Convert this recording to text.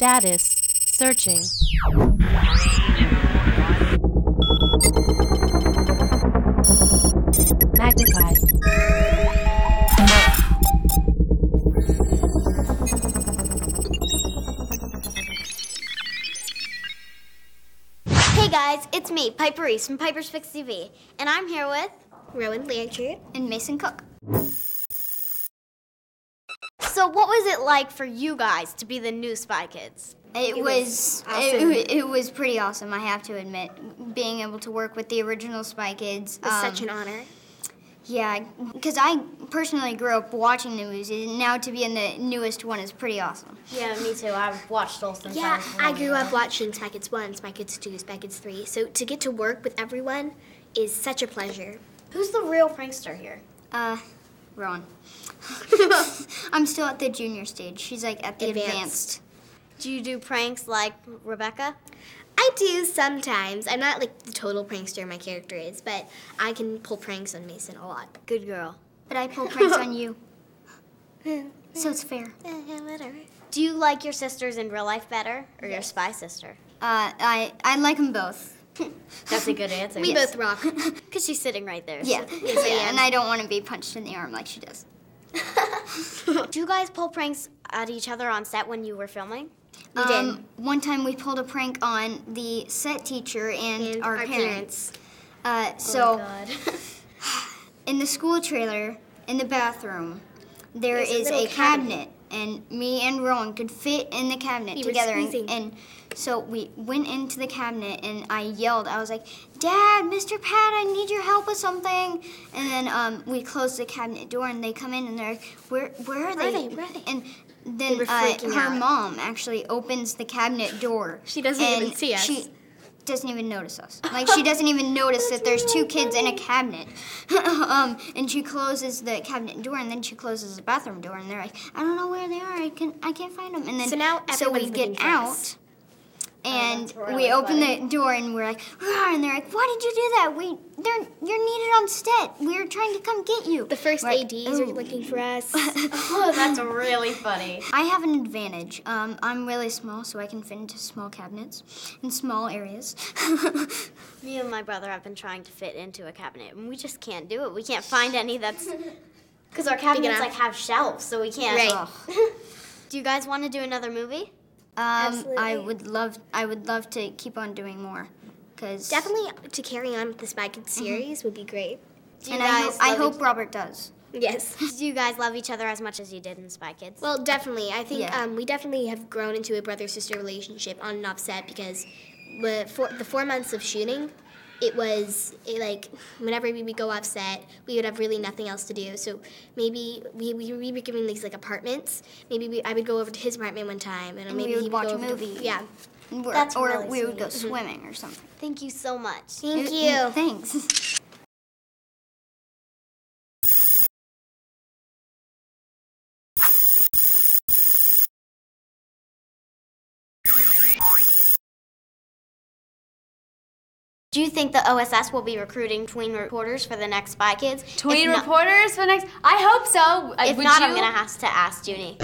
Status searching. Magnified. Hey guys, it's me, Piper Reese from Piper's Fix TV, and I'm here with Rowan Landry and Mason Cook. So, what was it like for you guys to be the new Spy Kids? It, was, it, awesome. it was pretty awesome. I have to admit, being able to work with the original Spy Kids. It's um, such an honor. yeah, because I personally grew up watching the movies, and now to be in the newest one is pretty awesome. Yeah, me too. I've watched all since I Yeah, was born. I grew up watching Spy Kids 1, Spy Kids 2, Spy Kids 3. So to get to work with everyone is such a pleasure. Who's the real prankster here? Uh, Ron, I'm still at the junior stage. She's like at the Advanced. advanced. Do you do pranks like Rebecca? I do sometimes. I'm not like the total prankster my character is, but I can pull pranks on Mason a lot. Good girl. But I pull pranks on you, so it's fair. Mm-hmm, Do you like your sisters in real life better or your spy sister? Uh, I I like them both. That's a good answer. We both rock. Because she's sitting right there. Yeah, yeah, and I don't want to be punched in the arm like she does. Do you guys pull pranks at each other on set when you were filming? We did. Um, One time we pulled a prank on the set teacher and, And our, our parents. Uh, Oh so in the school trailer, in the bathroom, there There's a is little a cabinet. and me and Rowan could fit in the cabinet You were together. And, squeezing. and so we went into the cabinet, and I yelled. I was like, "Dad, Mr. Pat, I need your help with something." And then um, we closed the cabinet door, and they come in, and they're like, "Where, where are, they? they? Where are they?" And then were uh, freaking her out. mom actually opens the cabinet door. She doesn't even and see us. She doesn't even notice us. Like she doesn't even notice that there's two kids in a cabinet. um, and she closes the cabinet door, and then she closes the bathroom door, and they're like, "I don't know where they are. I can, I can't find them." And then So now so we everyone's get looking for out. us. Oh, And really we open the door and we're like, "Rah," and they're like, "Why did you do that? We, they're, you're needed on set. We were trying to come get you." The first We're like, ADs are "Oh." looking for us. Oh, that's really funny. I have an advantage. Um, I'm really small, so I can fit into small cabinets and small areas. Me and my brother have been trying to fit into a cabinet, and we just can't do it. We can't find any that's because our cabinets enough. like have shelves, so we can't. Right. Ugh. Do you guys want to do another movie? Um, I would love, I would love to keep on doing more, cause Definitely to carry on with the Spy Kids series would be great. Do you And I, ho- guys I love hope Robert does. Yes. each- do you guys love each other as much as you did in Spy Kids? Well, definitely. I think Yeah. um, we definitely have grown into a brother sister relationship on and off set because the four, the four months of shooting, it was it, like whenever we would go off set, we would have really nothing else to do. So maybe we, we, we were given these like apartments. Maybe we, I would go over to his apartment one time, and, And we maybe would he would watch a go over to- movie. yeah. And we're- That's or really we would go sweet. swimming or something. Thank you so much. Thank It- you. Thanks. Do you think the OSS will be recruiting tween reporters for the next Spy Kids? Tween If not- reporters for next. I hope so. Uh, If would not, you? I'm gonna have to ask Junie.